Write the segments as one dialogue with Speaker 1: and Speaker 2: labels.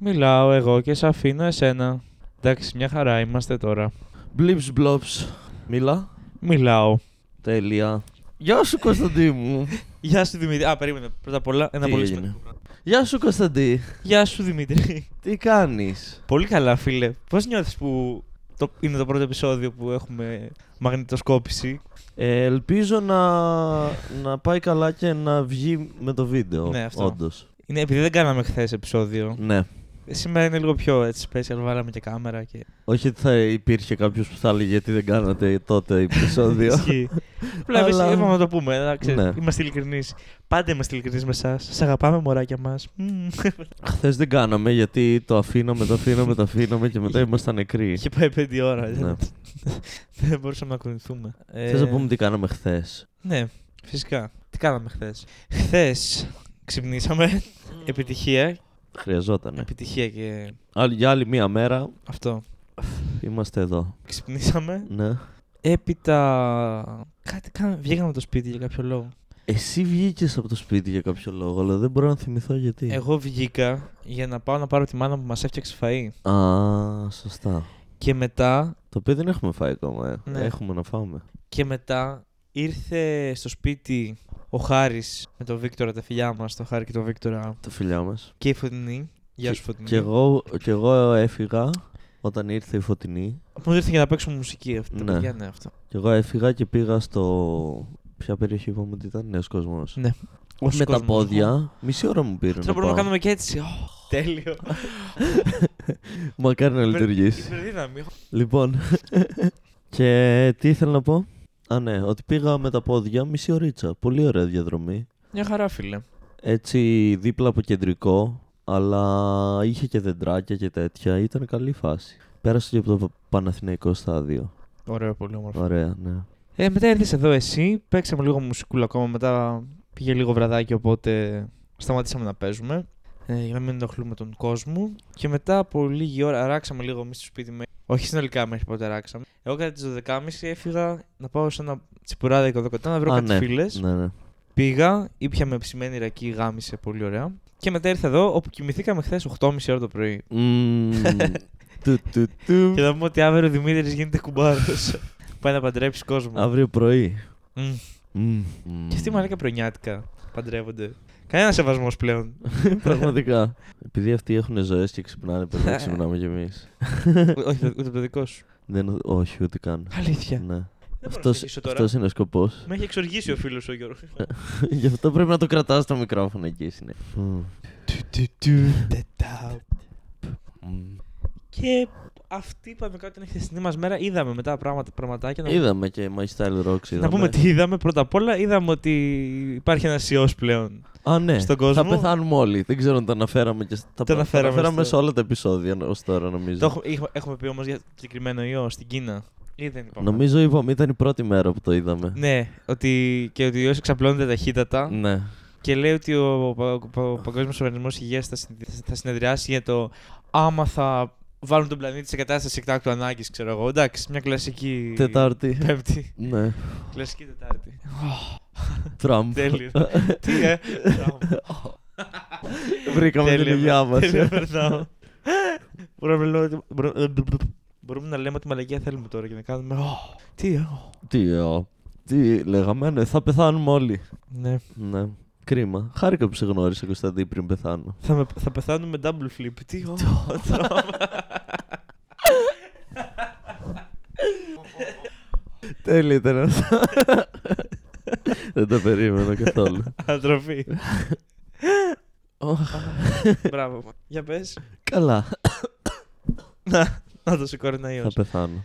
Speaker 1: Μιλάω εγώ και σε αφήνω εσένα. Εντάξει, μια χαρά είμαστε τώρα.
Speaker 2: Blips blops. Μίλα.
Speaker 1: Μιλάω.
Speaker 2: Τέλεια. Γεια σου Κωνσταντί μου.
Speaker 1: Γεια σου Δημήτρη. Α, περίμενε. Πρώτα απ' όλα, ένα
Speaker 2: Τι
Speaker 1: πολύ
Speaker 2: έγινε?
Speaker 1: σημαντικό πράγμα.
Speaker 2: Γεια σου Κωνσταντί.
Speaker 1: Γεια σου Δημήτρη.
Speaker 2: Τι κάνεις.
Speaker 1: πολύ καλά, φίλε. Πώς νιώθεις που το... είναι το πρώτο επεισόδιο που έχουμε μαγνητοσκόπηση.
Speaker 2: Ε, ελπίζω να, να πάει καλά και να βγει με το βίντεο.
Speaker 1: Ναι, αυτό.
Speaker 2: Όντως.
Speaker 1: Είναι επειδή δεν κάναμε χθες επεισόδιο.
Speaker 2: Ναι.
Speaker 1: Σήμερα είναι λίγο πιο έτσι special, βάλαμε και κάμερα και.
Speaker 2: Όχι ότι θα υπήρχε κάποιος που θα έλεγε γιατί δεν κάνατε τότε επεισόδιο.
Speaker 1: Ισχύει. Απλά εμείς
Speaker 2: Αλλά-
Speaker 1: είπαμε να το πούμε. να ξέρεις,
Speaker 2: Ναι.
Speaker 1: Είμαστε ειλικρινείς. Πάντα είμαστε ειλικρινείς με εσάς. Σας αγαπάμε, μωράκια μας.
Speaker 2: Χθες δεν κάναμε γιατί το αφήναμε, το αφήναμε, το αφήναμε και μετά ήμασταν νεκροί.
Speaker 1: Είχε πάει πέντε ώρα.
Speaker 2: Ναι.
Speaker 1: Δεν, δεν μπορούσαμε Ε, να κουνηθούμε.
Speaker 2: Θες να πούμε τι κάναμε χθες.
Speaker 1: Ναι, φυσικά. Τι κάναμε χθες. Χθες ξυπνήσαμε. επιτυχία. Ναι.
Speaker 2: Χρειαζότανε.
Speaker 1: Επιτυχία και
Speaker 2: Άλλη- Για άλλη μία μέρα
Speaker 1: αυτό.
Speaker 2: είμαστε εδώ.
Speaker 1: Ξυπνήσαμε.
Speaker 2: Ναι.
Speaker 1: Έπειτα. Κάτι κάναμε. Βγήκαμε από το σπίτι για κάποιο λόγο.
Speaker 2: Εσύ βγήκες από το σπίτι για κάποιο λόγο, αλλά δεν μπορώ να θυμηθώ γιατί.
Speaker 1: Εγώ βγήκα για να πάω να πάρω τη μάνα μου που μας έφτιαξε φαΐ.
Speaker 2: Α, σωστά.
Speaker 1: Και μετά
Speaker 2: Το οποίο δεν έχουμε φάει ακόμα. Ε.
Speaker 1: Ναι.
Speaker 2: Έχουμε να φάμε.
Speaker 1: Και μετά ήρθε στο σπίτι ο Χάρης με τον Βίκτορα, τα φιλιά μας, τον Χάρη και τον Βίκτορα
Speaker 2: Τα φιλιά μας.
Speaker 1: και η Φωτεινή. Γεια σου Φωτεινή.
Speaker 2: Κι εγώ, κι εγώ έφυγα όταν ήρθε η φωτεινή.
Speaker 1: Μου ήρθε για να παίξουμε μουσική αυτή.
Speaker 2: Ναι.
Speaker 1: Ναι. Για, ναι, αυτό.
Speaker 2: Κι εγώ έφυγα και πήγα στο. Ποια περιοχή είπαμε ότι ήταν, Νέος Κοσμό.
Speaker 1: Ναι.
Speaker 2: Με τα πόδια. Μισή ώρα μου πήρε.
Speaker 1: Τώρα
Speaker 2: να
Speaker 1: λοιπόν. μπορούμε να
Speaker 2: πάω.
Speaker 1: κάνουμε και έτσι. Ωχ, τέλειο.
Speaker 2: Μακάρι να λειτουργήσει.
Speaker 1: Υπερδύναμη.
Speaker 2: Λοιπόν. και τι ήθελα να πω. Α, ναι, ότι πήγα με τα πόδια μισή ωρίτσα. Πολύ ωραία διαδρομή.
Speaker 1: Μια χαρά, φίλε.
Speaker 2: Έτσι δίπλα από κεντρικό, αλλά είχε και δεντράκια και τέτοια. Ήταν καλή φάση. Πέρασε και από το Παναθηναϊκό στάδιο.
Speaker 1: Ωραίο, πολύ όμορφο.
Speaker 2: Ωραία, ναι.
Speaker 1: Ε, μετά ήρθε εδώ εσύ, παίξαμε λίγο μουσικούλα ακόμα. Μετά πήγε λίγο βραδάκι, οπότε σταματήσαμε να παίζουμε. Ε, για να μην ενοχλούμε τον κόσμο. Και μετά από λίγη ώρα ράξαμε λίγο εμείς στο σπίτι με. Όχι συνολικά μέχρι πότε ράξαμε. Εγώ κατά τις 12.30 έφυγα να πάω σε ένα τσιπουράδικο εδώ κοντά να βρω
Speaker 2: Α,
Speaker 1: κάτι
Speaker 2: ναι.
Speaker 1: φίλες.
Speaker 2: Ναι, ναι.
Speaker 1: Πήγα, ήπια με ψημένη ρακή, γάμισε πολύ ωραία. Και μετά ήρθα εδώ, όπου κοιμηθήκαμε χθες 8.30 ώρα το πρωί.
Speaker 2: Μμμ. Του, του, του.
Speaker 1: Και θα πούμε ότι αύριο ο Δημήτρης γίνεται κουμπάρος. Πάει να παντρέψει κόσμο.
Speaker 2: Αύριο πρωί.
Speaker 1: Μμμ.
Speaker 2: Μμμ.
Speaker 1: Και αυτοί μαλάκα προνιάτικα παντρεύονται. Κανένα σεβασμός πλέον.
Speaker 2: Πραγματικά. Επειδή αυτοί έχουν ζωές και ξυπνάνε, πρέπει να ξυπνάμε κι εμείς.
Speaker 1: Ό- Όχι, ούτε το δικό σου.
Speaker 2: Δεν, όχι, ούτε καν.
Speaker 1: Αλήθεια.
Speaker 2: Ναι.
Speaker 1: Δεν μπορώ να
Speaker 2: Αυτός,
Speaker 1: συνεχίσω τώρα.
Speaker 2: αυτός είναι Ε. ο σκοπός.
Speaker 1: Με έχει εξοργήσει ο φίλος ο Γιώργος.
Speaker 2: Γι' αυτό πρέπει να το κρατάς το μικρόφωνο εκεί συνέχεια.
Speaker 1: Και αυτή είπαμε κάτι την χθεσινή μας μέρα. Είδαμε μετά πράγματα, πραγματάκια. Να-
Speaker 2: Είδαμε και My Style Rocks.
Speaker 1: Να
Speaker 2: είδαμε. ναι.
Speaker 1: πούμε τι είδαμε πρώτα απ' όλα. Είδαμε ότι υπάρχει ένας ιός πλέον.
Speaker 2: Α, ναι.
Speaker 1: στον κόσμο.
Speaker 2: Θα πεθάνουμε όλοι. Δεν ξέρω αν τα αναφέραμε και στα
Speaker 1: Τα αναφέραμε
Speaker 2: σε
Speaker 1: στο-
Speaker 2: όλα τα επεισόδια ως τώρα, νομίζω.
Speaker 1: Το έχουμε, είχα- έχουμε πει όμως για συγκεκριμένο ιό στην Κίνα. Ή δεν είπαμε.
Speaker 2: Νομίζω είπαμε ήταν η πρώτη μέρα που το είδαμε.
Speaker 1: Ναι, ότι και ότι ο ιός εξαπλώνεται ταχύτατα.
Speaker 2: Ναι.
Speaker 1: Και λέει ότι ο, Πα- ο Παγκόσμιο Οργανισμό Υγεία θα, συν- θα συνεδριάσει για το άμα θα βάλουν τον πλανήτη σε κατάσταση εκτάκτου ανάγκης, ξέρω εγώ. Εντάξει, μια κλασική.
Speaker 2: Τετάρτη.
Speaker 1: Πέμπτη.
Speaker 2: ναι.
Speaker 1: Κλασική Τετάρτη.
Speaker 2: Τραμπ.
Speaker 1: Τέλειο. Τι, ε. Μπράβο.
Speaker 2: Βρήκαμε την
Speaker 1: Τέλεια,
Speaker 2: υγειά μας.
Speaker 1: τέλεια, περνάω. ε. Μπορούμε να λέμε ότι- μπορούμε- ε, Μπορούμε να λέμε ότι μαλακία θέλουμε τώρα και να κάνουμε. «Ω, Τι, ε, ω».
Speaker 2: Τι, ο, τι λέγαμε, ναι, θα πεθάνουμε όλοι.
Speaker 1: Ναι.
Speaker 2: Ναι. Κρίμα. Χάρηκα που σε γνώρισα, Κωνσταντή, πριν πεθάνω.
Speaker 1: Θα, με, θα πεθάνουμε double flip. Τι, ω,
Speaker 2: Τέλεια ήταν αυτό. Δεν τα περίμενα καθόλου.
Speaker 1: Αντροφή.
Speaker 2: Οχ.
Speaker 1: Μπράβο. Για πες.
Speaker 2: Καλά.
Speaker 1: Να, να το
Speaker 2: Θα
Speaker 1: κοροναϊός.
Speaker 2: πεθάνω.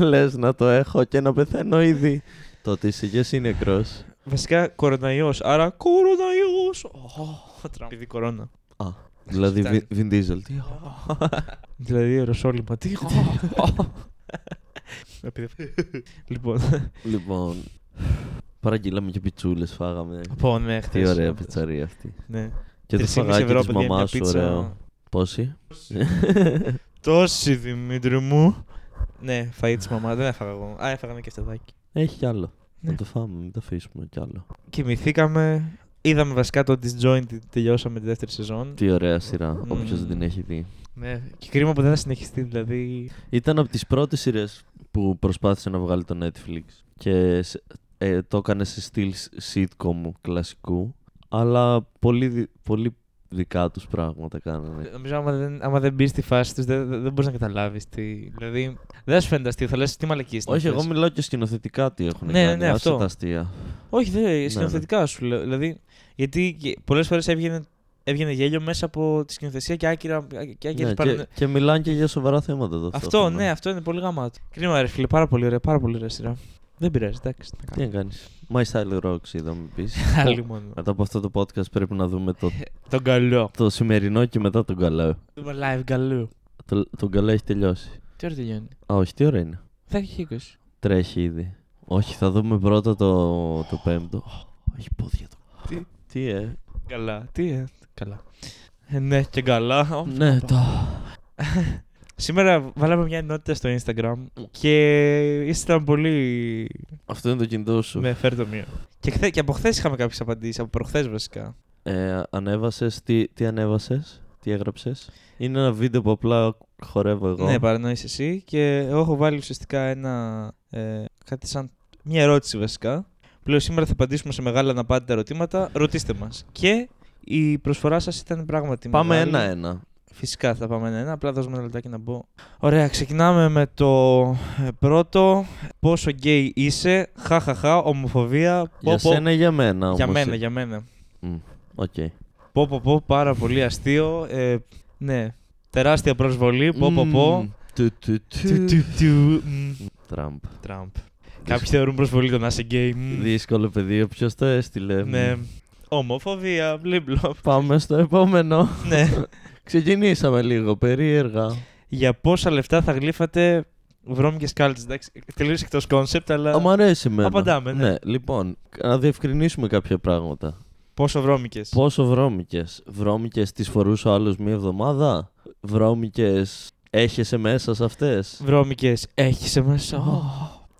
Speaker 2: Λες να το έχω και να πεθαίνω ήδη. Τότε είσαι και εσύ νεκρός.
Speaker 1: Βασικά κοροναϊός, άρα κοροναϊός. Ω, Τραμπ. Επειδή κορώνα.
Speaker 2: Α. Δηλαδή,
Speaker 1: Φτάνει.
Speaker 2: Vin- Vin Diesel. Τι.
Speaker 1: Δηλαδή αεροσόλυμα. Τι. Ω, ω. Επειδή- Λοιπόν.
Speaker 2: Λοιπόν. Παραγγείλαμε και πιτσούλες, φάγαμε.
Speaker 1: Πω, ναι, χθες.
Speaker 2: Τι ωραία πιτσαρία αυτή.
Speaker 1: Ναι.
Speaker 2: Και το
Speaker 1: 3,5
Speaker 2: φαγάκι
Speaker 1: ευρώ,
Speaker 2: τη
Speaker 1: παιδιά,
Speaker 2: μαμά
Speaker 1: μια
Speaker 2: σου,
Speaker 1: πίτσα.
Speaker 2: ωραίο. Πόσοι?
Speaker 1: Τόση, Δημήτρη μου. Ναι, φαΐ της μαμάς, δεν έφαγα εγώ. Α, έφαγα ένα κεφτεδάκι.
Speaker 2: Έχει κι άλλο.
Speaker 1: Ναι.
Speaker 2: Να το φάμε, μην το αφήσουμε κι άλλο.
Speaker 1: Κοιμηθήκαμε, Είδαμε βασικά το Disjointed, τελειώσαμε τη δεύτερη σεζόν.
Speaker 2: Τι ωραία σειρά,
Speaker 1: Μμμ.
Speaker 2: όποιος δεν την έχει δει.
Speaker 1: Ναι, και κρίμα που δεν θα συνεχιστεί, δηλαδή.
Speaker 2: Ήταν από τις πρώτες σειρές που προσπάθησε να βγάλει το Netflix και σε- ε, το έκανε σε στυλ sitcom κλασικού, αλλά πολύ, δι- πολύ δικά τους πράγματα κάνανε.
Speaker 1: Νομίζω άμα δεν, άμα δεν μπεις στη φάση τους, δεν, δεν μπορείς να καταλάβεις τι. Δηλαδή, δεν σου φαίνεται αστείο, θα λες τι μαλακή
Speaker 2: Όχι, εγώ μιλάω και σκηνοθετικά τι έχουν
Speaker 1: Ναι,
Speaker 2: κάνει,
Speaker 1: ναι, ναι,
Speaker 2: άσε
Speaker 1: αυτό.
Speaker 2: τα αστεία.
Speaker 1: Όχι, δε,
Speaker 2: ναι.
Speaker 1: σκηνοθετικά σου λέω. Δηλαδή, γιατί πολλές φορές έβγαινε, έβγαινε γέλιο μέσα από τη σκηνοθεσία και άκυρα. Και άκυρες
Speaker 2: Ναι,
Speaker 1: παρα-
Speaker 2: και, και μιλάνε και για σοβαρά θέματα εδώ.
Speaker 1: Αυτό, ναι, αυτό είναι πολύ γαμάτο. Κρίμα, ρε φίλε, πάρα πολύ ωραία, πάρα πολύ ωραία σειρά. Δεν πειράζει, εντάξει. να
Speaker 2: Τι
Speaker 1: κάνω.
Speaker 2: να κάνεις. My Style Rocks είδαμε επίσης.
Speaker 1: Άλλη μόνο.
Speaker 2: Μετά από αυτό το podcast πρέπει να δούμε το,
Speaker 1: Τον καλό.
Speaker 2: το σημερινό και μετά τον καλό.
Speaker 1: Δούμε live καλού.
Speaker 2: Το, τον καλό έχει τελειώσει.
Speaker 1: Τι ώρα τελειώνει.
Speaker 2: Α, όχι, τι ώρα είναι.
Speaker 1: 10 και 20.
Speaker 2: Τρέχει ήδη. Όχι, θα δούμε πρώτα το, το πέμπτο. Όχι, πόδια το.
Speaker 1: Τι?
Speaker 2: Τι, ε.
Speaker 1: Καλά. Τι, ε, καλά. Ε, ναι, και καλά. Ω,
Speaker 2: ναι, το.
Speaker 1: Σήμερα βάλαμε μια ενότητα στο Instagram και ήσταν πολύ.
Speaker 2: Αυτό είναι το κινητό σου.
Speaker 1: Ναι, φέρ το μία. Και, χθε- και από χθες είχαμε κάποιες απαντήσεις, από προχθές βασικά.
Speaker 2: Ε, ανέβασες, τι, τι ανέβασες, τι έγραψες. Είναι ένα βίντεο που απλά χορεύω εγώ.
Speaker 1: Ναι, παρανόησε εσύ. Και εγώ έχω βάλει ουσιαστικά ένα. Ε, κάτι σαν. μια ερώτηση βασικά. Που λέω σήμερα θα απαντήσουμε σε μεγάλα να πάτε ερωτήματα. Ρωτήστε μας. Και η προσφορά σας ήταν πράγματι
Speaker 2: Πάμε
Speaker 1: μεγάλη.
Speaker 2: ένα-ένα.
Speaker 1: Φυσικά θα πάμε ένα-ένα. Απλά δώσουμε ένα λεπτάκι να μπω. Ωραία, ξεκινάμε με το ε, πρώτο. Πόσο γκέι είσαι, χαχαχά, ομοφοβία. Πω,
Speaker 2: Για
Speaker 1: πω.
Speaker 2: σένα ή για μένα όμως.
Speaker 1: για μένα, για μένα.
Speaker 2: Οκ.
Speaker 1: Πω, πω, πω, πάρα πολύ αστείο. Ε, ναι, τεράστια προσβολή. Πω, πω, πω.
Speaker 2: Μμμ. Του, του, του.
Speaker 1: Τιου, τιου, τιου. Μμ.
Speaker 2: Τραμπ.
Speaker 1: Τραμπ. Κάποιοι θεωρούν προσβολή το να είσαι γκέι. Μμ.
Speaker 2: Δύσκολο πεδίο, ποιο το έστειλε.
Speaker 1: Ναι. Ομοφοβία, μπλιμπλοπ.
Speaker 2: Πάμε στο επόμενο.
Speaker 1: Ναι.
Speaker 2: Ξεκινήσαμε λίγο περίεργα.
Speaker 1: Για πόσα λεφτά θα γλύφατε βρώμικες κάλτσες. Εντάξει, τελείως εκτός κόνσεπτ, αλλά
Speaker 2: Α, μ' αρέσει εμένα.
Speaker 1: Ε, Απαντάμε, ναι.
Speaker 2: λοιπόν, να διευκρινίσουμε κάποια πράγματα.
Speaker 1: πόσο βρώμικες.
Speaker 2: Πόσο βρώμικες. Βρώμικες τις φορούσε ο άλλος μία εβδομάδα. Βρώμικες έχεσαι μέσα σε αυτές.
Speaker 1: Βρώμικες, έχει μέσα.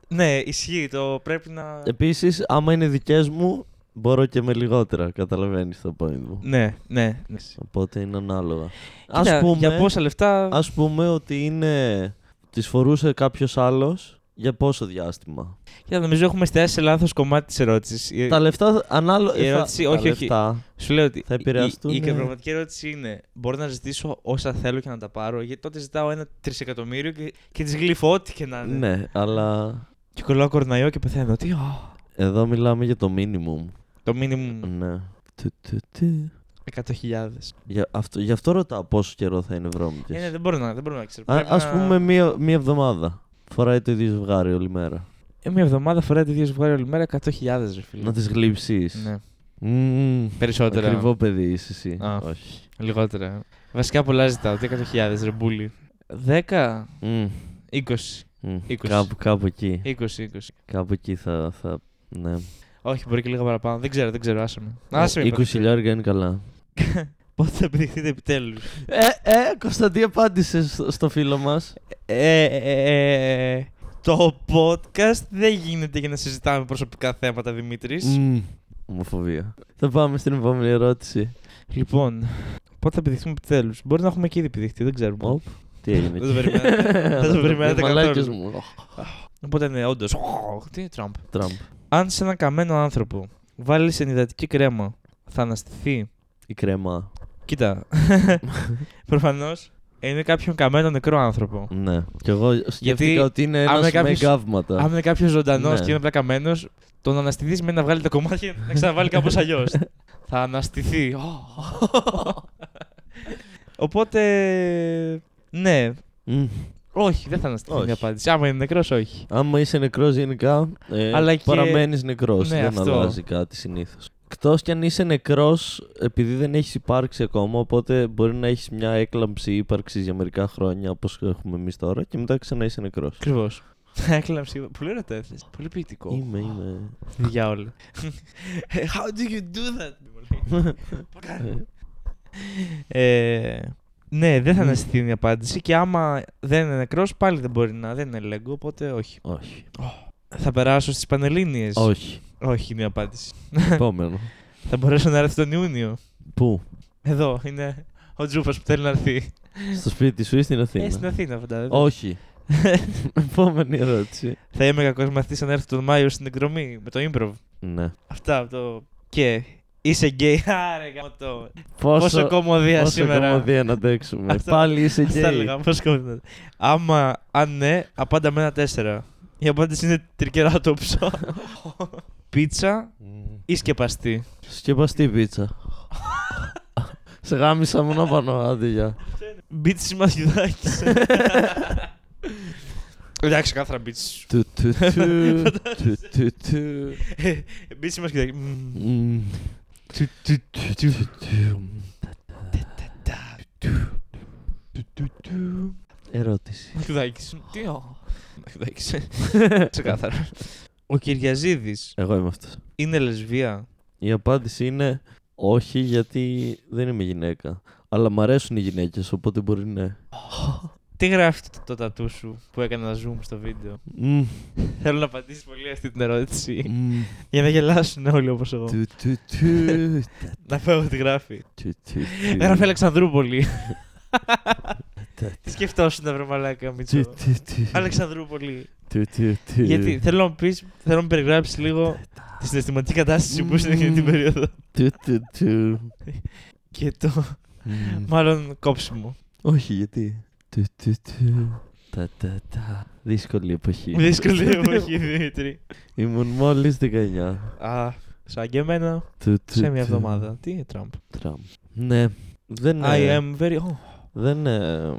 Speaker 1: Ναι, ισχύει το. Πρέπει να.
Speaker 2: Ε, Επίσης, άμα είναι δικές μου, μπορώ και με λιγότερα. Καταλαβαίνεις το point μου.
Speaker 1: Ναι, ναι. ναι.
Speaker 2: Οπότε είναι ανάλογα.
Speaker 1: Κοίτα,
Speaker 2: Ας πούμε,
Speaker 1: Για πόσα λεφτά.
Speaker 2: ας πούμε ότι είναι. Τις φορούσε κάποιος άλλος για πόσο διάστημα.
Speaker 1: Κοίτα, νομίζω έχουμε εστιάσει σε λάθος κομμάτι της ερώτησης.
Speaker 2: Τα λεφτά ανάλογα.
Speaker 1: η ερώτηση- όχι, όχι.
Speaker 2: Λεφτά,
Speaker 1: Σου λέω ότι.
Speaker 2: Θα
Speaker 1: η-
Speaker 2: επηρεαστούν,
Speaker 1: Η, η,
Speaker 2: ναι.
Speaker 1: πραγματική ερώτηση είναι: Μπορώ να ζητήσω όσα θέλω και να τα πάρω, γιατί τότε ζητάω ένα τρισεκατομμύριο και, και τις γλύφω ό,τι και να είναι.
Speaker 2: ναι, αλλά
Speaker 1: Και κολλάω κορναϊό και πεθαίνω. Τι. ω.
Speaker 2: Εδώ μιλάμε για το minimum.
Speaker 1: Το minimum
Speaker 2: Ναι. Του, του, του.
Speaker 1: 100.000.
Speaker 2: Για αυτό, γι' αυτό ρωτάω πόσο καιρό θα είναι βρώμικες.
Speaker 1: Ε, ναι, δεν μπορώ να, δεν μπορώ να ξέρω.
Speaker 2: Α
Speaker 1: Πρέπει
Speaker 2: ας
Speaker 1: να-
Speaker 2: πούμε μία, μία εβδομάδα. Φοράει το ίδιο ζευγάρι όλη μέρα.
Speaker 1: Ε, Μια εβδομάδα φοράει τη δύο ζευγάρια όλη μέρα 100.000 ρε φίλε.
Speaker 2: Να τις γλύψεις.
Speaker 1: Ναι.
Speaker 2: Μμμ.
Speaker 1: Περισσότερα.
Speaker 2: Ακριβό παιδί είσαι εσύ.
Speaker 1: Α.
Speaker 2: Όχι.
Speaker 1: Λιγότερα. Βασικά πολλά ζητάω. 10.000 ρεμπούλι. 10,
Speaker 2: Μμ.
Speaker 1: 20,
Speaker 2: Μμ.
Speaker 1: Είκοσι. Ε-
Speaker 2: Κάπου, κάπου εκεί.
Speaker 1: 20, 20.
Speaker 2: Κάπου εκεί θα... θα... Ναι.
Speaker 1: Όχι, μπορεί και λίγα παραπάνω. Δεν ξέρω, δεν ξέρω. Άσε με. Άσε με.
Speaker 2: 20 χιλιάρια είναι καλά.
Speaker 1: Πότε θα επιδειχθείτε επιτέλους.
Speaker 2: Ε, ε, Κωνσταντή απάντησε στο, στο φίλο μας.
Speaker 1: Ε, ε, ε, το podcast δεν γίνεται για να συζητάμε προσωπικά θέματα, Δημήτρης.
Speaker 2: Μμμ. Ομοφοβία. Θα πάμε στην επόμενη ερώτηση.
Speaker 1: Λοιπόν, πότε θα επιδειχθούμε επιτέλους. Μπορεί να έχουμε και ήδη επιδειχθεί, δεν ξέρουμε.
Speaker 2: Οπ. Τι έγινε
Speaker 1: Δεν το περιμένατε. Δεν το περιμένατε
Speaker 2: Μαλάκες
Speaker 1: καθόλου.
Speaker 2: μου. Οχ,
Speaker 1: Οπότε ναι, όντως. Τι Τραμπ.
Speaker 2: Τραμπ.
Speaker 1: Αν σε έναν καμένο άνθρωπο βάλεις ενυδατική κρέμα, θα αναστηθεί
Speaker 2: Η κρέμα.
Speaker 1: Κοίτα. Προφανώς είναι κάποιον καμένο νεκρό άνθρωπο.
Speaker 2: Ναι. Και εγώ σκέφτηκα ότι είναι
Speaker 1: άμα
Speaker 2: ένας με
Speaker 1: κάποιος-
Speaker 2: γκάβματα.
Speaker 1: Αν είναι κάποιος ζωντανός
Speaker 2: Ναι.
Speaker 1: και είναι απλά καμένος, τον αναστηθείς με να βγάλει τα κομμάτια και να ξαναβάλει κάπως αλλιώς. Θα αναστηθεί. Οπότε. Ναι.
Speaker 2: Μμ.
Speaker 1: Όχι, δεν θα αναστηθεί
Speaker 2: Όχι.
Speaker 1: μια απάντηση. Άμα είναι νεκρός, όχι.
Speaker 2: Άμα είσαι νεκρός γενικά, ε,
Speaker 1: Αλλά και-
Speaker 2: παραμένεις νεκρός.
Speaker 1: Ναι,
Speaker 2: δεν
Speaker 1: αυτό.
Speaker 2: αλλάζει κάτι συνήθως. Εκτός κι αν είσαι νεκρός, επειδή δεν έχεις υπάρξει ακόμα, οπότε μπορεί να έχεις μια έκλαμψη ύπαρξης για μερικά χρόνια, όπως έχουμε εμείς τώρα, και μετά ξανά είσαι νεκρός.
Speaker 1: Ακριβώς. Έκλαμψη. Πολύ ωραία το έθεσες. Πολύ ποιητικό.
Speaker 2: Είμαι, είμαι.
Speaker 1: Για όλα. How do you do that? μου λέει. Πώς κάνεις? Ε, ναι, δεν θα αναστηθεί η απάντηση και άμα δεν είναι νεκρός πάλι δεν μπορεί να, δεν είναι λέγκο, οπότε όχι.
Speaker 2: Όχι.
Speaker 1: Θα περάσω στις Πανελλήνιες.
Speaker 2: Όχι.
Speaker 1: Όχι είναι η απάντηση.
Speaker 2: Επόμενο.
Speaker 1: Θα μπορέσω να έρθω τον Ιούνιο.
Speaker 2: Πού?
Speaker 1: Εδώ είναι ο Τζούφα που θέλει να έρθει.
Speaker 2: Στο σπίτι σου ή στην Αθήνα.
Speaker 1: Ε, στην Αθήνα, φαντάζομαι.
Speaker 2: Όχι. Επόμενη ερώτηση.
Speaker 1: Θα είμαι κακός μαθητής αν έρθω τον Μάιο στην εκδρομή με το improv.
Speaker 2: Ναι.
Speaker 1: Αυτά από το. Και είσαι γκέι. Άρε γαμώ το.
Speaker 2: Πόσο,
Speaker 1: Πόσο κομμωδία
Speaker 2: πόσο
Speaker 1: σήμερα.
Speaker 2: κομμωδία να αντέξουμε.
Speaker 1: Αυτό-
Speaker 2: Πάλι είσαι
Speaker 1: Αυτά
Speaker 2: γκέι.
Speaker 1: έλεγα. Πόσο κομμωδία. Άμα, αν ναι, απάντα με ένα τέσσερα. Η απάντηση είναι τρικεράτοψο. Πίτσα ή σκεπαστή.
Speaker 2: Σκεπαστή πίτσα. Σε γάμισα μου να πάνω, άντε γεια.
Speaker 1: Μπίτσι μαθηδάκι. Εντάξει, κάθαρα μπίτσι.
Speaker 2: Του, του, του, του, του, του.
Speaker 1: Μπίτσι μαθηδάκι. Μμμ.
Speaker 2: Μμμ. Του, του, του, του, του. Του, του, του. Ερώτηση.
Speaker 1: Μαθηδάκι. Τι ο. Μαθηδάκι. Ξεκάθαρα. Ο Κυριαζίδης
Speaker 2: Εγώ είμαι αυτός.
Speaker 1: είναι λεσβία.
Speaker 2: Η απάντηση είναι όχι γιατί δεν είμαι γυναίκα. Αλλά μ' αρέσουν οι γυναίκες, οπότε μπορεί ναι.
Speaker 1: Τι γράφει το, το τατού σου που έκανα zoom στο βίντεο.
Speaker 2: Μμμ.
Speaker 1: Θέλω να απαντήσεις πολύ αυτή την ερώτηση.
Speaker 2: Μμμ.
Speaker 1: για να γελάσουν όλοι όπως εγώ.
Speaker 2: Του, του, του.
Speaker 1: να φεύγω τι γράφει.
Speaker 2: Του, του, του.
Speaker 1: Γράφει Αλεξανδρούπολη.
Speaker 2: Τα-
Speaker 1: Τι σκεφτόσουν τα βρε μαλάκα,
Speaker 2: Του,
Speaker 1: Μίτσο.
Speaker 2: του, του.
Speaker 1: Αλεξανδρούπολη.
Speaker 2: Του, του, του.
Speaker 1: Γιατί θέλω να πεις, θέλω να μου περιγράψεις λίγο τη συναισθηματική κατάσταση που είσαι εκείνη την
Speaker 2: Μμμ.
Speaker 1: περίοδο.
Speaker 2: Του, του, του.
Speaker 1: Και το.
Speaker 2: Μμμ.
Speaker 1: Μάλλον κόψιμο.
Speaker 2: Όχι, γιατί. Του, του, του. Τα, τα, τα. Δύσκολη εποχή.
Speaker 1: Δύσκολη εποχή, Δημήτρη.
Speaker 2: Ήμουν μόλις 19.
Speaker 1: Α, σαν και εμένα,
Speaker 2: Του, του,
Speaker 1: σε μια
Speaker 2: του.
Speaker 1: εβδομάδα. Τι είναι Τραμπ.
Speaker 2: Τραμπ. Ναι. Δεν,
Speaker 1: I
Speaker 2: ε,
Speaker 1: am very. Oh,
Speaker 2: δεν, ε,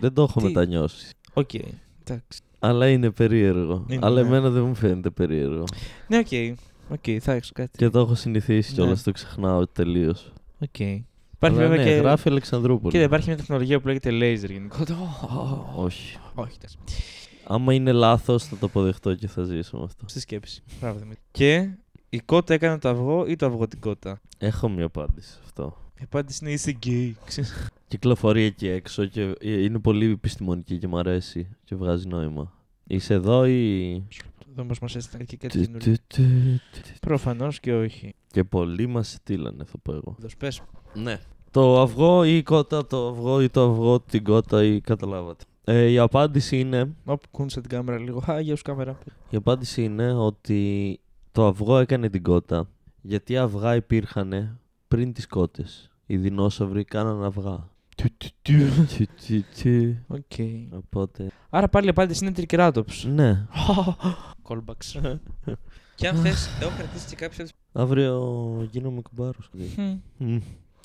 Speaker 2: δεν το έχω
Speaker 1: Τι?
Speaker 2: μετανιώσει.
Speaker 1: Οκ. Εντάξει.
Speaker 2: Αλλά είναι περίεργο.
Speaker 1: Είναι,
Speaker 2: Αλλά
Speaker 1: ναι.
Speaker 2: εμένα δεν μου φαίνεται περίεργο.
Speaker 1: Ναι, οκ. Οκ, θα έξω κάτι.
Speaker 2: Και το έχω συνηθίσει
Speaker 1: Ναι.
Speaker 2: κιόλα, το ξεχνάω τελείω.
Speaker 1: Οκ. Υπάρχει βέβαια
Speaker 2: ναι,
Speaker 1: και.
Speaker 2: Γράφει Αλεξανδρούπολη.
Speaker 1: Κοίτα, υπάρχει μια τεχνολογία που λέγεται laser γενικότερα.
Speaker 2: Α, Όχι.
Speaker 1: Όχι, εντάξει.
Speaker 2: Άμα είναι λάθος, θα το αποδεχτώ και θα ζήσω με αυτό.
Speaker 1: Στη σκέψη. Μπράβο, Δημήτρη. Και η κότα έκανε το αυγό ή το αυγό την κότα.
Speaker 2: Έχω μια απάντηση σε αυτό.
Speaker 1: Η απάντηση είναι είσαι γκέι. ξέρεις.
Speaker 2: Κυκλοφορεί εκεί έξω και ε, είναι πολύ επιστημονική και μου αρέσει και βγάζει νόημα. Είσαι εδώ ή.
Speaker 1: Εδώ όμω μα έστειλε και κάτι
Speaker 2: Του,
Speaker 1: καινούργιο.
Speaker 2: του, του, του.
Speaker 1: Προφανώς και όχι.
Speaker 2: Και πολλοί μας στείλανε, θα πω εγώ.
Speaker 1: Εδώ πες.
Speaker 2: Ναι. Το αυγό ή η κότα, το αυγό ή το αυγό, την κότα ή καταλάβατε. Ε, η απάντηση είναι
Speaker 1: Όπου κούνησα την κάμερα λίγο. Χα, γεια σου κάμερα.
Speaker 2: Η απάντηση είναι ότι το αυγό έκανε την κότα γιατί αυγά υπήρχαν πριν τις κότες. Οι δεινόσαυροι κάναν αυγά. Του, του, του, του, του, του.
Speaker 1: Οκ.
Speaker 2: Οπότε,
Speaker 1: Άρα πάλι η απάντηση είναι τρικεράτοψ.
Speaker 2: ναι,
Speaker 1: Κόλμπαξ. Και αν θες, έχω κρατήσει και κάποιος.
Speaker 2: αύριο γίνομαι κουμπάρος. Μμμ.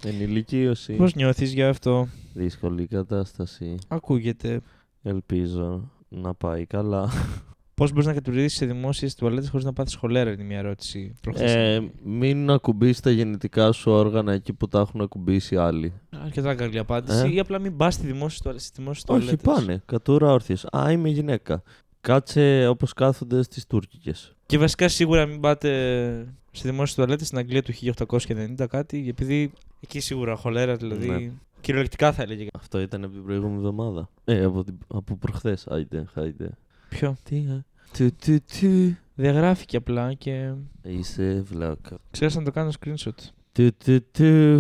Speaker 2: Ενηλικίωση,
Speaker 1: Πώς νιώθεις για αυτό,
Speaker 2: δύσκολη κατάσταση,
Speaker 1: ακούγεται.
Speaker 2: ελπίζω να πάει καλά.
Speaker 1: Πώς μπορείς να κατουρίσει σε δημόσιες τουαλέτες χωρίς να πάθεις χολέρα, είναι μια ερώτηση. προχθές.
Speaker 2: Ε, μην ακουμπήσει τα γεννητικά σου όργανα εκεί που τα έχουν ακουμπήσει άλλοι.
Speaker 1: Αρκετά καλή απάντηση.
Speaker 2: Ε.
Speaker 1: ή απλά μην πας στη δημόσια τουαλέτα. Στη δημόσια
Speaker 2: Όχι, πάνε. Κατούρα όρθιος. Α, είμαι γυναίκα. Κάτσε όπως κάθονται στις τουρκικές.
Speaker 1: Και βασικά σίγουρα μην πάτε στη δημόσια τουαλέτα στην Αγγλία του 1890 κάτι, επειδή εκεί σίγουρα χολέρα δηλαδή.
Speaker 2: Ναι.
Speaker 1: Κυριολεκτικά θα έλεγε.
Speaker 2: Αυτό ήταν από την προηγούμενη εβδομάδα. Ε, από, την, από προχθές. Άιντε, χάιντε.
Speaker 1: Ποιο.
Speaker 2: Τι, ε. Τι, τι, τι.
Speaker 1: Διαγράφηκε απλά και
Speaker 2: Είσαι βλάκα.
Speaker 1: ξέχασα να το κάνω screenshot.
Speaker 2: Τι, τι, τι.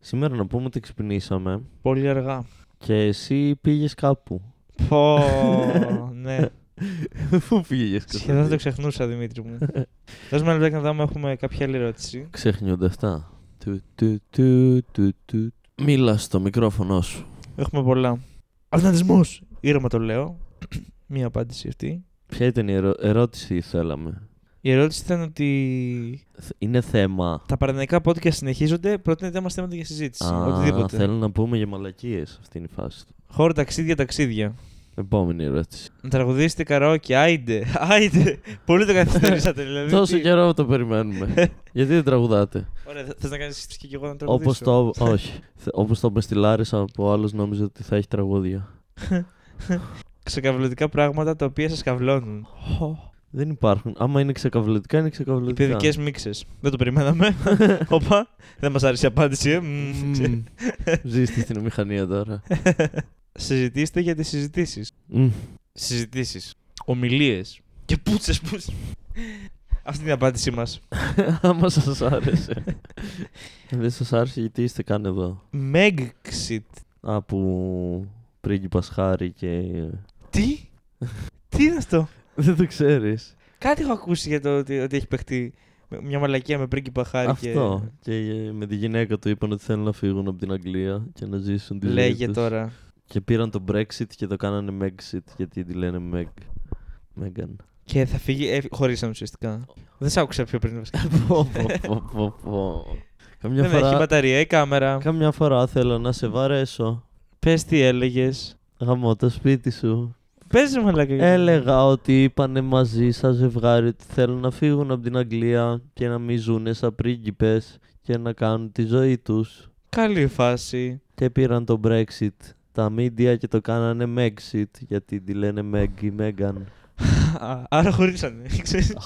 Speaker 2: Σήμερα να πούμε ότι ξυπνήσαμε
Speaker 1: Πολύ αργά.
Speaker 2: και εσύ πήγες κάπου.
Speaker 1: Πω, ναι.
Speaker 2: Πού πήγες
Speaker 1: Σχεδόν το ξεχνούσα, Δημήτρη μου. Δώσ' μου ένα λεπτάκι να δω αν έχουμε κάποια άλλη ερώτηση.
Speaker 2: Ξεχνιούνται αυτά. Του, του, του, του, του. Μίλα στο μικρόφωνο σου.
Speaker 1: Έχουμε πολλά. Αθανατισμό! Ήρεμα το λέω. Μία απάντηση αυτή.
Speaker 2: Ποια ήταν η ερω- ερώτηση θέλαμε.
Speaker 1: Η ερώτηση ήταν ότι
Speaker 2: Είναι θέμα.
Speaker 1: τα παραναϊκά podcast συνεχίζονται. Προτείνετε μα θέματα για συζήτηση.
Speaker 2: Α,
Speaker 1: οτιδήποτε.
Speaker 2: Θέλω να πούμε για μαλακίες αυτή είναι η φάση.
Speaker 1: Χώρο ταξίδια, ταξίδια.
Speaker 2: Επόμενη ερώτηση.
Speaker 1: Να τραγουδήσετε καραόκι. Άιντε, άιντε. Πολύ το καθυστερήσατε, δηλαδή.
Speaker 2: Τόσο
Speaker 1: Τι-
Speaker 2: καιρό το περιμένουμε. Γιατί δεν τραγουδάτε.
Speaker 1: Ωραία, θες να κάνεις και εγώ να τραγουδήσω.
Speaker 2: Όπως το. Όχι. Θε- όπως το είπε στη Λάρισα που ο άλλος νόμιζε ότι θα έχει τραγούδια.
Speaker 1: Ξεκαβλωτικά πράγματα τα οποία σας καβλώνουν.
Speaker 2: Δεν υπάρχουν. Άμα είναι ξεκαβλωτικά, είναι
Speaker 1: Οι
Speaker 2: ξεκαβλωτικά.
Speaker 1: παιδικέ μίξες. Δεν το περιμέναμε. Όπα. Δεν μας άρεσε η απάντηση. ε. Μμμ.
Speaker 2: Μμμ. Ζήστε στην μηχανία τώρα.
Speaker 1: Συζητήστε για τις συζητήσεις.
Speaker 2: Μμμ.
Speaker 1: Συζητήσεις. Ομιλίες. Και πούτσες, πούτσες. Αυτή είναι η απάντησή μας.
Speaker 2: Άμα σας άρεσε. Δεν σας άρεσε γιατί είστε καν εδώ.
Speaker 1: Megxit.
Speaker 2: Από πρίγκιπας χάρη και.
Speaker 1: Τι? Τι είναι αυτό?
Speaker 2: Δεν το ξέρεις.
Speaker 1: Κάτι έχω ακούσει για το ότι, ότι έχει παιχτεί με- μια μαλακία με πρίγκιπα χάρη
Speaker 2: Αυτό. Και... ε, με τη γυναίκα του είπαν ότι θέλουν να φύγουν από την Αγγλία και να ζήσουν τη
Speaker 1: και...
Speaker 2: ζωή
Speaker 1: Λέγε
Speaker 2: τους.
Speaker 1: τώρα.
Speaker 2: Και πήραν το Brexit και το κάνανε Megxit γιατί τη λένε Meg. Megan.
Speaker 1: Και θα φύγει, ε, χωρίσαμε ουσιαστικά. Δεν σ' άκουσα πιο πριν βασικά.
Speaker 2: Πω, πω, πω, πω, πω. Καμιά
Speaker 1: Δεν έχει
Speaker 2: φορά,
Speaker 1: μπαταρία η κάμερα.
Speaker 2: καμιά φορά θέλω να σε βαρέσω.
Speaker 1: Πες τι έλεγες.
Speaker 2: Γαμώ το σπίτι σου.
Speaker 1: Πες μαλακά.
Speaker 2: Έλεγα ότι είπανε μαζί σα ζευγάρι ότι θέλουν να φύγουν από την Αγγλία και να μην ζουνε σαν πρίγκιπες και να κάνουν τη ζωή τους.
Speaker 1: Καλή φάση.
Speaker 2: Και πήραν το Brexit, τα media και το κάνανε Megxit γιατί τη λένε Meg ή Megan.
Speaker 1: Α, Άρα χωρίσανε. ξέρεις.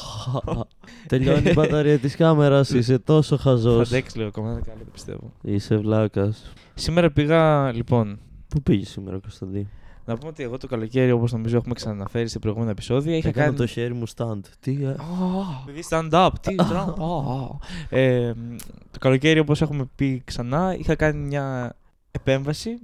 Speaker 2: Τελειώνει η μπαταρία της κάμερας, είσαι τόσο
Speaker 1: Θα
Speaker 2: χαζός.
Speaker 1: αντέξεις λίγο ακόμα, ένα δεκάλεπτο πιστεύω.
Speaker 2: Είσαι βλάκας.
Speaker 1: Σήμερα πήγα, λοιπόν,
Speaker 2: Πού πήγες σήμερα Κωνσταντή.
Speaker 1: να πούμε ότι εγώ το καλοκαίρι, όπως νομίζω έχουμε ξαναναφέρει σε προηγούμενα επεισόδια, είχα
Speaker 2: Έκανα
Speaker 1: κάνει...
Speaker 2: το χέρι μου stand. Τι, ε,
Speaker 1: Παιδί stand up, τι τρα- Α, α. Ε, μ, Το καλοκαίρι όπως έχουμε πει ξανά είχα κάνει μια επέμβαση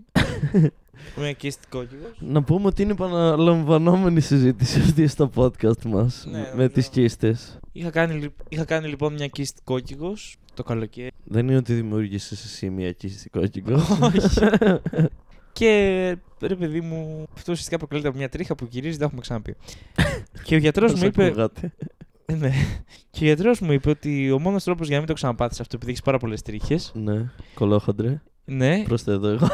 Speaker 1: Μια κίστη κόκκιγος
Speaker 2: Να πούμε ότι είναι επαναλαμβανόμενη συζήτηση αυτή στο podcast μας
Speaker 1: Ναι,
Speaker 2: με
Speaker 1: νομίζω.
Speaker 2: τις κίστες.
Speaker 1: είχα κάνει, λι- είχα κάνει λοιπόν μια κίστη κόκκιγος το καλοκαίρι
Speaker 2: Δεν είναι ότι δημιούργησες εσύ μια κυστικό κύγκο.
Speaker 1: Όχι. Και ρε παιδί μου αυτό ουσιαστικά προκαλείται από μια τρίχα που γυρίζει δεν έχουμε ξαναπεί Και ο γιατρός μου είπε ναι. Και ο γιατρός μου είπε ότι ο μόνος τρόπος για να μην το ξαναπάθεις αυτό επειδή έχεις πάρα πολλές τρίχες
Speaker 2: Ναι, κολόχοντρε.
Speaker 1: Ναι
Speaker 2: Προς τα εδώ εγώ.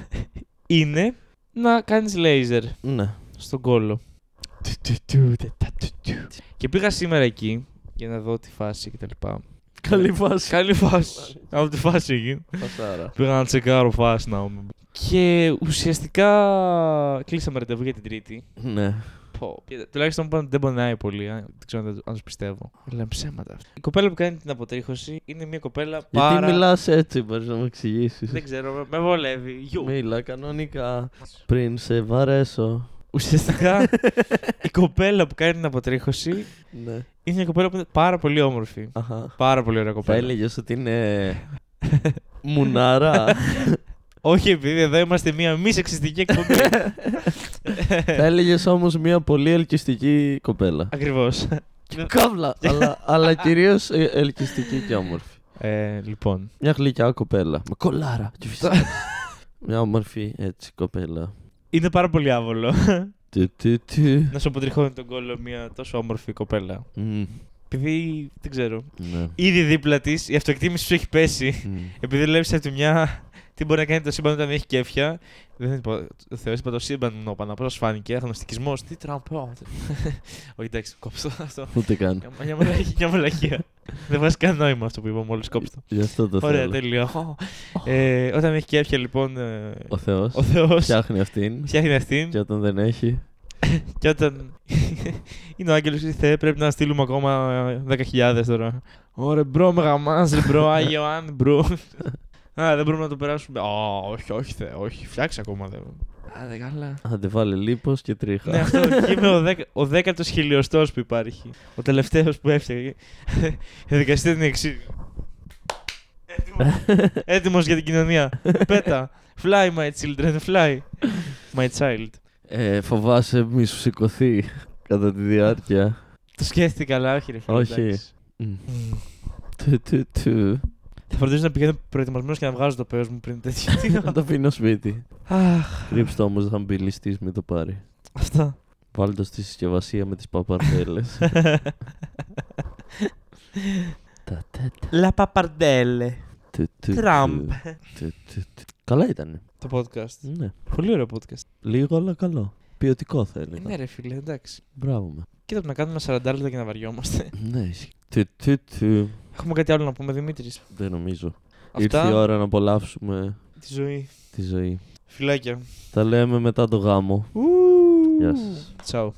Speaker 1: είναι να κάνεις λέιζερ
Speaker 2: Ναι.
Speaker 1: στον κόλλο. Και πήγα σήμερα εκεί για να δω τη φάση κτλ.
Speaker 2: Καλή φάση.
Speaker 1: Ναι. Καλή φάση. Από τη φάση εκεί.
Speaker 2: Φασάρα.
Speaker 1: Πήγα να τσεκάρω φάση να μου. Και ουσιαστικά κλείσαμε ραντεβού για την Τρίτη.
Speaker 2: Ναι.
Speaker 1: Πω, και τουλάχιστον μου είπαν ότι δεν πονάει πολύ. α, Δεν ξέρω αν το- αν τους πιστεύω. Λέμε ψέματα αυτά. Η κοπέλα που κάνει την αποτρίχωση είναι μια κοπέλα πάρα.
Speaker 2: Γιατί μιλάς έτσι, μπορείς να μου
Speaker 1: Δεν
Speaker 2: εξηγήσει.
Speaker 1: ξέρω, με- με βολεύει. Γιου.
Speaker 2: Μίλα κανονικά πριν σε βαρέσω.
Speaker 1: Ουσιαστικά η κοπέλα που κάνει την αποτρίχωση
Speaker 2: Ναι.
Speaker 1: είναι μια κοπέλα που είναι πάρα πολύ όμορφη.
Speaker 2: Αχα.
Speaker 1: Πάρα πολύ ωραία
Speaker 2: Θα
Speaker 1: κοπέλα.
Speaker 2: έλεγες ότι είναι. Μουνάρα.
Speaker 1: Όχι, επειδή εδώ είμαστε μία μη σεξιστική εκπομπή.
Speaker 2: Θα έλεγες όμως μια πολύ ελκυστική κοπέλα.
Speaker 1: Ακριβώς. Ναι.
Speaker 2: Καύλα! αλλά, αλλά κυρίως ελκυστική και όμορφη.
Speaker 1: Ε, λοιπόν.
Speaker 2: Μια γλυκιά κοπέλα. Με κολάρα. και φυσικά. μια όμορφη έτσι κοπέλα.
Speaker 1: Είναι πάρα πολύ άβολο
Speaker 2: Τι, τι, τι.
Speaker 1: να σου αποτριχώνει τον κόλλο μια τόσο όμορφη κοπέλα.
Speaker 2: Μμ,
Speaker 1: Επειδή δεν ξέρω.
Speaker 2: Ναι.
Speaker 1: Ήδη δίπλα της η αυτοεκτίμηση σου έχει πέσει.
Speaker 2: Μμ.
Speaker 1: Επειδή βλέπεις από τη μια τι μπορεί να κάνει το σύμπαν όταν έχει κέφια. Δεν είπα, θεωρείς είπα το σύμπαν μου όπανα. Απλώ φάνηκε. Αγνωστικισμός. Τι τραμπώ. Όχι, εντάξει, κόψτε το αυτό.
Speaker 2: Ούτε καν.
Speaker 1: Μια- Μια μαλακία, μια μαλακία. Δεν βγάζει καν νόημα αυτό που είπα μόλις κόψτε. το.
Speaker 2: Γι' αυτό το
Speaker 1: Ωραία,
Speaker 2: θέλω.
Speaker 1: τέλειο. ε, όταν έχει κέφια, λοιπόν, ε,
Speaker 2: Ο Θεός
Speaker 1: ο Θεός
Speaker 2: φτιάχνει αυτήν.
Speaker 1: φτιάχνει αυτήν.
Speaker 2: Και όταν δεν έχει.
Speaker 1: Και όταν είναι ο Άγγελος ή η Θεέ, πρέπει να στείλουμε ακόμα ε, 10.000 τώρα. Ωραία, μπρο, με γαμάς, ρε μπρο, Άγιο Αν, μπρο. Α, δεν μπορούμε να το περάσουμε. Α, όχι, όχι, Θεέ, όχι, φτιάξε ακόμα. Δε. Α, δεν καλά.
Speaker 2: Άντε βάλε λίπος και τρίχα.
Speaker 1: ναι, αυτό και είμαι ο, δέκα, ο δέκατος χιλιοστός που υπάρχει. Ο τελευταίος που έφτιαγε. Η δικαστή είναι η εξή. Έτοιμος. Έτοιμος για την κοινωνία. Πέτα. Fly, my children, fly. My child.
Speaker 2: Ε, φοβάσαι μη σου σηκωθεί κατά τη διάρκεια.
Speaker 1: Το σκέφτηκα, αλλά όχι ρε φίλε.
Speaker 2: Όχι.
Speaker 1: εντάξει.
Speaker 2: Μμ.
Speaker 1: Μμμ.
Speaker 2: Του, του, του.
Speaker 1: Θα φροντίζω να πηγαίνω προετοιμασμένος και να βγάζω το πέος μου πριν τέτοιο. Τι να-
Speaker 2: Να το πίνω σπίτι.
Speaker 1: Αχ,
Speaker 2: Κρύψτε όμως, δεν θα μπει ληστής, μην το πάρει.
Speaker 1: αυτά.
Speaker 2: Βάλτε το στη συσκευασία με τις παπαρδέλες. Τα τε, τε,
Speaker 1: Λα παπαρντέλε.
Speaker 2: τε, τε, τε.
Speaker 1: Τραμπ.
Speaker 2: Τε, τε, τε. Καλά ήταν.
Speaker 1: Το podcast.
Speaker 2: Ναι.
Speaker 1: Πολύ ωραίο podcast.
Speaker 2: Λίγο αλλά καλό. Ποιοτικό θα έλεγα.
Speaker 1: Ναι ρε φίλε, εντάξει.
Speaker 2: Μπράβο με.
Speaker 1: Κοίτα που να κάνουμε 40 λεπτά και να βαριόμαστε.
Speaker 2: Ναι, ισχύει. Τε, τε, τε.
Speaker 1: Έχουμε κάτι άλλο να πούμε, Δημήτρης.
Speaker 2: Δεν νομίζω. Ήρθε η
Speaker 1: Αυτά,
Speaker 2: ώρα να απολαύσουμε
Speaker 1: τη ζωή.
Speaker 2: τη ζωή.
Speaker 1: Φιλάκια.
Speaker 2: Τα λέμε μετά το γάμο.
Speaker 1: Ου.
Speaker 2: Γεια σας.
Speaker 1: Τσάου.